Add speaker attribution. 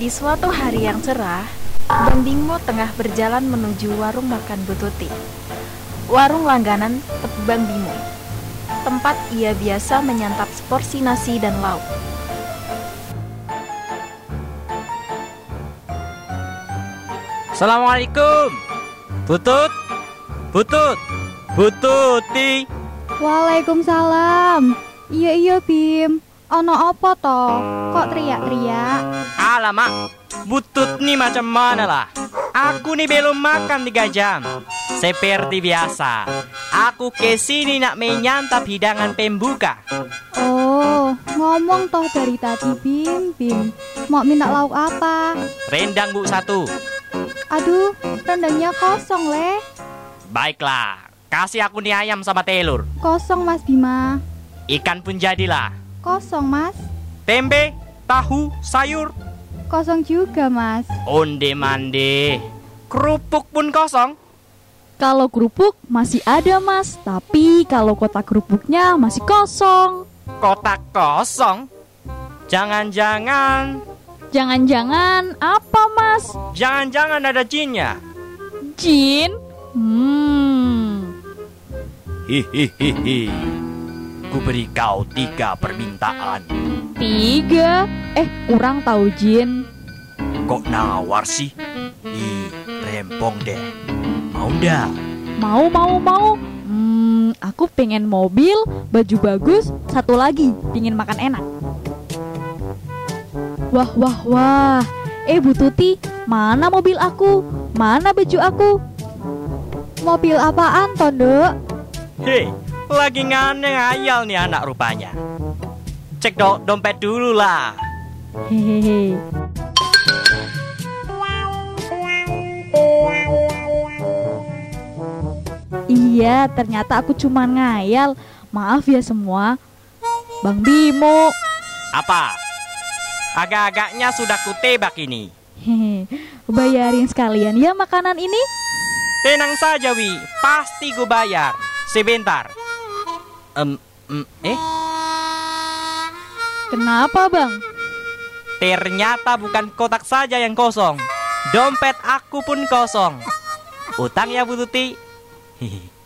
Speaker 1: Di suatu hari yang cerah, Bendingmo tengah berjalan menuju warung makan Bututi. Warung langganan Tebang Bimo. Tempat ia biasa menyantap seporsi nasi dan lauk.
Speaker 2: Assalamualaikum. Butut. Butut. Bututi.
Speaker 3: Waalaikumsalam. Iya iya Bim. Ono apa to? Kok teriak-teriak?
Speaker 2: Alamak. Butut nih macam mana lah? Aku nih belum makan tiga jam. Seperti biasa, aku kesini nak menyantap hidangan pembuka.
Speaker 3: Oh, ngomong toh dari tadi Bim, Bim. Mau minta lauk apa?
Speaker 2: Rendang bu satu.
Speaker 3: Aduh, rendangnya kosong le.
Speaker 2: Baiklah, kasih aku nih ayam sama telur.
Speaker 3: Kosong Mas Bima.
Speaker 2: Ikan pun jadilah.
Speaker 3: Kosong Mas.
Speaker 2: Tempe, tahu, sayur,
Speaker 3: Kosong juga Mas.
Speaker 2: onde mande. Kerupuk pun kosong.
Speaker 4: Kalau kerupuk masih ada mas, tapi kalau kotak kerupuknya masih kosong.
Speaker 2: Kotak kosong. Jangan-jangan,
Speaker 4: Jangan-jangan apa mas?
Speaker 2: jangan-jangan ada jinnya.
Speaker 4: Jin? Hmm.
Speaker 2: Hihihihi. Ku beri kau tiga permintaan.
Speaker 4: Tiga? Eh kurang tahu Jin.
Speaker 2: Kok nawar sih? Ih, rempong deh. Mau dah.
Speaker 4: Mau mau mau. Hmm, aku pengen mobil, baju bagus, satu lagi pingin makan enak. Wah wah wah. Eh Bu Tuti, mana mobil aku? Mana baju aku?
Speaker 3: Mobil apaan to, Nduk?
Speaker 2: Hei, lagi nganeh ayal nih anak rupanya. Cek do dompet dulu lah.
Speaker 4: Hehehe. Iya, ternyata aku cuma ngayal. Maaf ya semua. Bang Bimo.
Speaker 2: Apa? Agak-agaknya sudah kutebak ini.
Speaker 4: Hehe. Bayarin sekalian ya makanan ini.
Speaker 2: Tenang saja, Wi. Pasti gue bayar. Sebentar. Em, em, eh,
Speaker 4: Kenapa, Bang?
Speaker 2: ternyata bukan kotak saja yang kosong. Dompet aku pun kosong. Utang ya, Bu Tuti. Hihi.